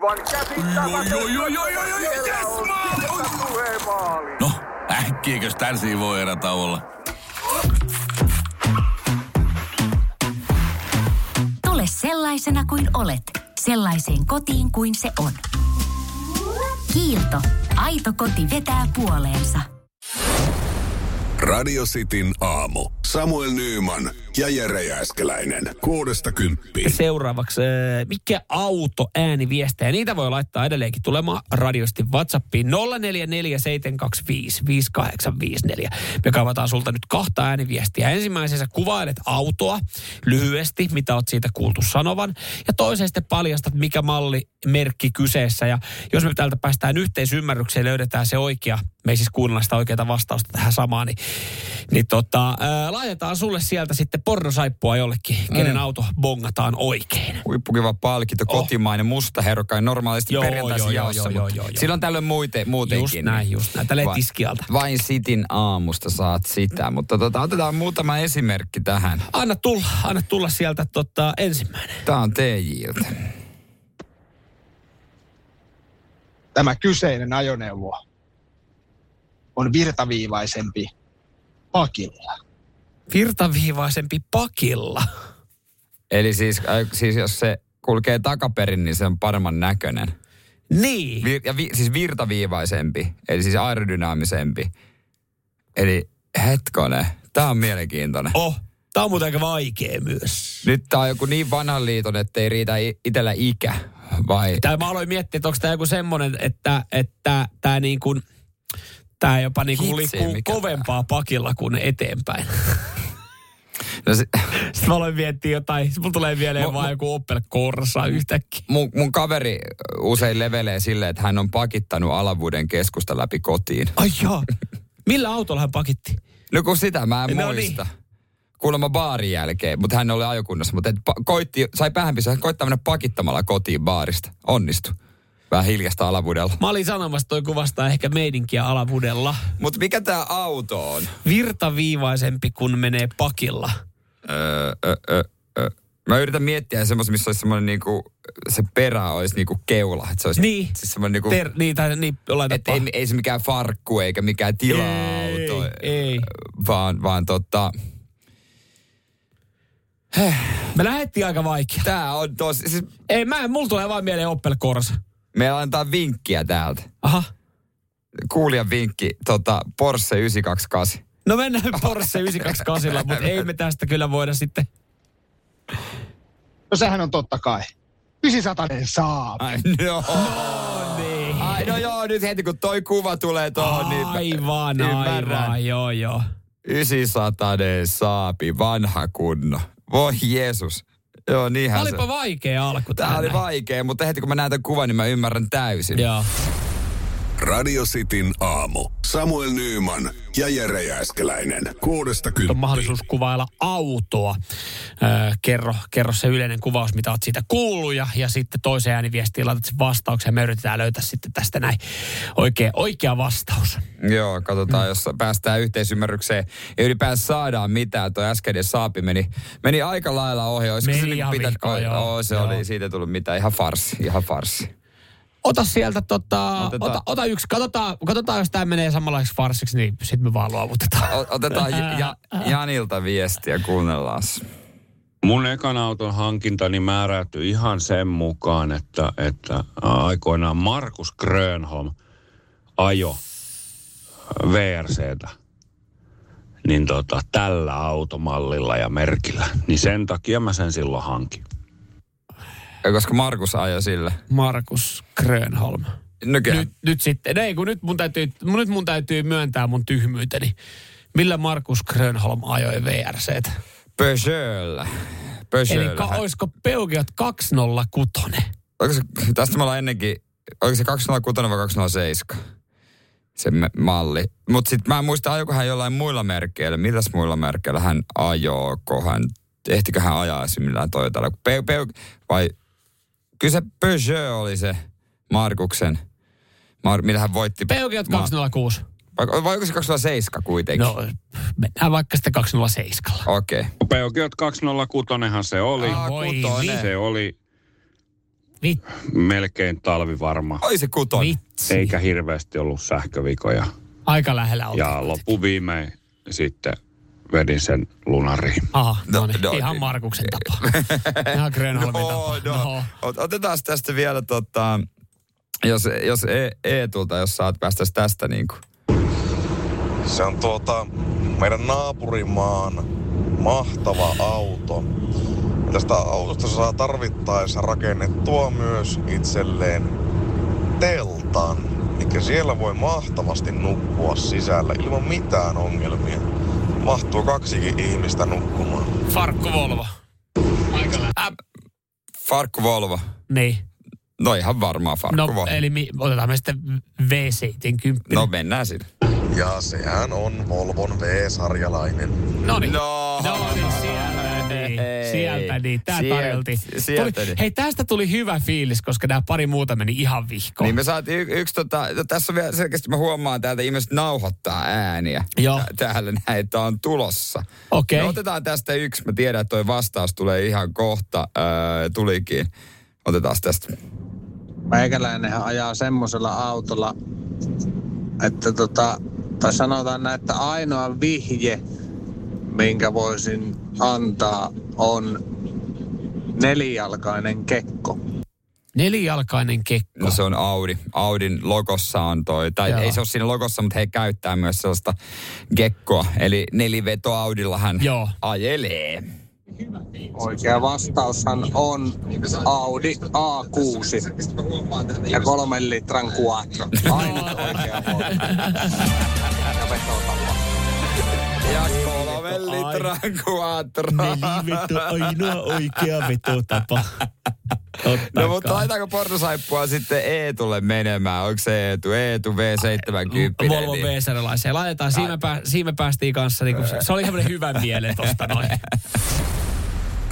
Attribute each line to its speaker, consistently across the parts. Speaker 1: aivan käsittämätöntä.
Speaker 2: Oi, oi, oi, oi, oi,
Speaker 1: Siellä
Speaker 2: yes,
Speaker 1: on
Speaker 2: maali!
Speaker 1: Sirkka Suhe maali.
Speaker 2: No, äkkiäkös tän voi erätauolla?
Speaker 3: Tule sellaisena kuin olet, sellaiseen kotiin kuin se on. Kiilto. Aito koti vetää puoleensa.
Speaker 4: Radio Cityn aamu. Samuel Nyyman ja Jere Jääskeläinen. Kuudesta kymppiin.
Speaker 5: Seuraavaksi, eh, mikä auto ääniviestejä? Niitä voi laittaa edelleenkin tulemaan radiosti WhatsAppiin 0447255854. Me kaivataan sulta nyt kahta ääniviestiä. Ensimmäisessä kuvailet autoa lyhyesti, mitä oot siitä kuultu sanovan. Ja toiseen sitten paljastat, mikä malli, merkki kyseessä. Ja jos me täältä päästään yhteisymmärrykseen ja löydetään se oikea, me ei siis kuunnella sitä oikeaa vastausta tähän samaan, niin, niin tota, ää, laitetaan sulle sieltä sitten pornosaippua jollekin,
Speaker 6: Mm.
Speaker 5: kenen auto bongataan oikein.
Speaker 6: Huippukiva palkinto,
Speaker 5: Oh.
Speaker 6: kotimainen musta herkka, normaalisti
Speaker 5: Joo, joo,
Speaker 6: perjantaisin
Speaker 5: joo,
Speaker 6: jaossa,
Speaker 5: joo,
Speaker 6: mutta
Speaker 5: joo, joo, joo.
Speaker 6: silloin tällöin muite, muutenkin.
Speaker 5: Just näin, just näin. Tälleen
Speaker 6: niin. Vai-
Speaker 5: tiskialta.
Speaker 6: Vain sitin aamusta saat sitä, mutta tota, otetaan muutama esimerkki tähän.
Speaker 5: Anna tulla, anna tulla sieltä tota, ensimmäinen.
Speaker 6: Tämä on TJltä.
Speaker 7: tämä kyseinen ajoneuvo on virtaviivaisempi pakilla.
Speaker 5: Virtaviivaisempi pakilla.
Speaker 6: Eli siis, äh, siis jos se kulkee takaperin, niin se on paremman näköinen.
Speaker 5: Niin.
Speaker 6: Vir, ja vi, siis virtaviivaisempi, eli siis aerodynaamisempi. Eli hetkone, tämä on mielenkiintoinen.
Speaker 5: Oh, tää on muuten aika vaikea myös.
Speaker 6: Nyt tämä on joku niin vanhan liiton, että ei riitä i- itellä ikä, vai?
Speaker 5: Tää mä aloin miettiä, että onko tämä joku semmonen, että, että tää niin kuin, tää jopa niin kuin
Speaker 6: Hitsi,
Speaker 5: liikkuu
Speaker 6: mikä
Speaker 5: kovempaa pakilla kuin eteenpäin.
Speaker 6: No se,
Speaker 5: Sitten mä aloin miettiä jotain, sit mulla tulee mieleen vaan joku Opel Corsa yhtäkkiä.
Speaker 6: mun, mun kaveri usein levelee silleen, että hän on pakittanut alavuuden keskusta läpi kotiin.
Speaker 5: Ai joo. Millä autolla hän pakitti?
Speaker 6: No kun sitä mä en
Speaker 5: No
Speaker 6: no
Speaker 5: niin.
Speaker 6: muista. Niin. Kuulemma baarin jälkeen, mutta hän oli ajokunnassa. Mutta et pa- koitti, sai päähänpissä, hän koittaa mennä pakittamalla kotiin baarista. Onnistu. Vähän hiljasta alavuudella.
Speaker 5: Mä olin sanomassa, toi kuvastaa ehkä meidinkiä alavudella.
Speaker 6: Mutta mikä tämä auto on?
Speaker 5: Virtaviivaisempi, kun menee pakilla.
Speaker 6: Öö, ö, ö, ö. Mä yritän miettiä semmoisen, missä olisi semmoinen niinku, se perä olisi niinku keula. Et se olisi
Speaker 5: Niin.
Speaker 6: Siis semmoinen niinku,
Speaker 5: Ter, niin, tai niin,
Speaker 6: et
Speaker 5: laitapa.
Speaker 6: ei, ei, se mikään farkku eikä mikään tila-auto.
Speaker 5: Ei, ei.
Speaker 6: Vaan, vaan tota,
Speaker 5: Me lähettiin aika vaikea.
Speaker 6: tää on tosi, siis
Speaker 5: Ei, mä en, mulla tulee vaan mieleen Opel Corsa.
Speaker 6: meillä antaa vinkkiä täältä.
Speaker 5: Aha.
Speaker 6: kuulijan vinkki, tota, Porsche 928.
Speaker 5: No mennään Porsche 928, mutta ei me tästä kyllä voida sitten.
Speaker 7: No sehän on totta kai. 900 saa.
Speaker 6: Ai no.
Speaker 5: Niin.
Speaker 6: Ai no joo, nyt heti kun toi kuva tulee tuohon, niin
Speaker 5: Aivan,
Speaker 6: ymmärrän.
Speaker 5: aivan, joo joo.
Speaker 6: 900 saapi, vanha kunno. Voi Jeesus. Joo, niinhän
Speaker 5: Olipa
Speaker 6: se.
Speaker 5: vaikea alku
Speaker 6: Tää
Speaker 5: tähän
Speaker 6: oli
Speaker 5: näin.
Speaker 6: vaikea, mutta heti kun mä näen tämän kuvan, niin mä ymmärrän täysin.
Speaker 5: Joo.
Speaker 4: Radio Cityn aamu. Samuel Nyyman ja Jere Jääskeläinen. Kuudesta
Speaker 5: on
Speaker 4: kymppiin.
Speaker 5: mahdollisuus kuvailla autoa. Öö, kerro, kerro se yleinen kuvaus, mitä oot siitä kuullut ja, ja sitten toiseen ääniviestiin laitat sen vastauksen ja me yritetään löytää sitten tästä näin oikea, oikea vastaus.
Speaker 6: Joo,
Speaker 5: Mm.
Speaker 6: katsotaan, jos päästään yhteisymmärrykseen. Ei ylipäänsä saadaan mitään. Tuo äskeinen saapi meni, meni aika lailla ohi. Olisiko
Speaker 5: Meni
Speaker 6: se nyt
Speaker 5: ihan
Speaker 6: pitä...
Speaker 5: vihkoon,
Speaker 6: Oi,
Speaker 5: joo.
Speaker 6: oo, se
Speaker 5: Joo.
Speaker 6: oli, siitä ei tullut mitään. Ihan farsi, ihan farsi.
Speaker 5: Ota sieltä tota,
Speaker 6: Otetaan.
Speaker 5: ota, ota yksi, katsotaan, katsotaan jos tämä menee samanlaiseksi farsiksi, niin sitten me vaan luovutetaan.
Speaker 6: O- Otetaan ja, ja, Janilta viestiä, kuunnellaan.
Speaker 8: Mun ekan auton hankintani määräytyi ihan sen mukaan, että, että aikoinaan Markus Grönholm ajo VRCtä niin tota, tällä automallilla ja merkillä. Niin sen takia mä sen silloin hankin.
Speaker 6: Ja Koska Markus ajoi sille.
Speaker 5: Markus Grönholm.
Speaker 6: No kyllä.
Speaker 5: Nyt, nyt sitten, ei kun nyt mun, täytyy, mun- nyt mun täytyy myöntää mun tyhmyyteni. Millä Markus Grönholm ajoi VRCtä?
Speaker 6: Peugeotlla. Peugeotlla.
Speaker 5: Eli ka, olisiko Peugeot 206?
Speaker 6: Onko se, tästä me ollaan ennenkin, oliko se 206 vai 207? Se me- malli. Mutta sitten mä en muista, ajoko hän jollain muilla merkeillä. Milläs muilla merkeillä hän ajoo, kun hän, ehtikö hän ajaa esim. millään Toyotalla? Kun Peu, peu, vai kyllä se Peugeot oli se Markuksen, Mar, millä hän voitti.
Speaker 5: Peugeot
Speaker 6: ma-
Speaker 5: 206.
Speaker 6: Vai, vai onko se 207 kuitenkin?
Speaker 5: No, mennään vaikka sitten 207.
Speaker 6: Okei. Okay.
Speaker 8: Peugeot 206 se oli.
Speaker 6: Ah,
Speaker 5: Voi
Speaker 6: kutonen.
Speaker 5: niin.
Speaker 8: Se oli
Speaker 5: Vit,
Speaker 8: melkein talvi varma.
Speaker 6: Oi se kuton.
Speaker 5: vitsi.
Speaker 8: Eikä hirveästi ollut sähkövikoja.
Speaker 5: Aika lähellä oltiin.
Speaker 8: Ja loppuviimein sitten vedin sen lunariin.
Speaker 5: Aha, no,
Speaker 6: No,
Speaker 5: niin.
Speaker 6: no,
Speaker 5: Ihan
Speaker 6: niin.
Speaker 5: Markuksen tapa. Ihan Grönholmin
Speaker 6: No,
Speaker 5: tapa.
Speaker 6: no. Ot- Otetaan tästä vielä tota, jos, jos e, Eetulta, jos saat päästä tästä niin kuin.
Speaker 9: Se on tuota, meidän naapurimaan mahtava auto. Ja Tästä autosta saa tarvittaessa rakennettua myös itselleen teltan. Eli siellä voi mahtavasti nukkua sisällä ilman mitään ongelmia. Mahtuu kaksikin ihmistä nukkumaan.
Speaker 5: Farkku Volvo.
Speaker 6: Farkku Volvo.
Speaker 5: Niin.
Speaker 6: No ihan varmaan Farkku
Speaker 5: No,
Speaker 6: Volvo.
Speaker 5: eli mi, otetaan me sitten V70.
Speaker 6: No mennään sinne.
Speaker 9: Ja sehän on Volvon V-sarjalainen.
Speaker 5: No niin.
Speaker 6: No.
Speaker 5: No niin, sieltä niin.
Speaker 6: Ei.
Speaker 5: Sieltä niin. Tää
Speaker 6: Sielt-
Speaker 5: tarjoltiin.
Speaker 6: sieltä
Speaker 5: tuli,
Speaker 6: niin.
Speaker 5: hei, tästä tuli hyvä fiilis, koska nämä pari muuta meni ihan vihkoon.
Speaker 6: Niin me saatiin y- yksi tota, no tässä on vielä selkeästi mä huomaan täältä ihmiset nauhoittaa ääniä.
Speaker 5: Joo.
Speaker 6: Tä- Täällä näitä on tulossa.
Speaker 5: Okei.
Speaker 6: No otetaan tästä yksi. Mä tiedän, että toi vastaus tulee ihan kohta. Öö, tulikin. Otetaan tästä.
Speaker 7: Meikäläinenhän ajaa semmoisella autolla, että tota, tai sanotaan näin, että ainoa vihje, minkä voisin antaa, on nelijalkainen kekko.
Speaker 5: Nelijalkainen kekko.
Speaker 6: No se on Audi. Audin logossa on toi, tai
Speaker 5: Joo.
Speaker 6: Joo. ei se ole siinä logossa, mutta he käyttää myös sellaista gekkoa. Eli neliveto Audilla hän
Speaker 5: Joo.
Speaker 6: ajelee.
Speaker 7: Oikea vastaushan on Audi A6 ja kolmen litran quattro. Ainut oikea voima. Ja vetotapa.
Speaker 6: Ja kolme litraa quattro.
Speaker 5: Niin,
Speaker 6: No,
Speaker 5: Neliveto, ainoa oikea vetotapa. Totta
Speaker 6: No mutta
Speaker 5: kai.
Speaker 6: laitaanko pornosaippua sitten Eetulle menemään? Onko se Eetu? Eetu V70.
Speaker 5: Volvo
Speaker 2: niin.
Speaker 5: v Laitetaan, siinä, me pää, siinä me päästiin kanssa. Niin se, se oli semmoinen hyvä mielen tosta noin.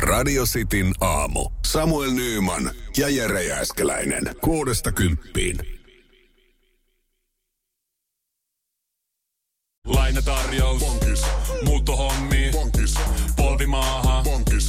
Speaker 4: Radio Cityn aamu. Samuel Nyyman ja Jere Jääskeläinen. Kuudesta kymppiin.
Speaker 2: Lainatarjous. Bonkis. Muuttohommi. Bonkis. Polvimaaha. Bonkis.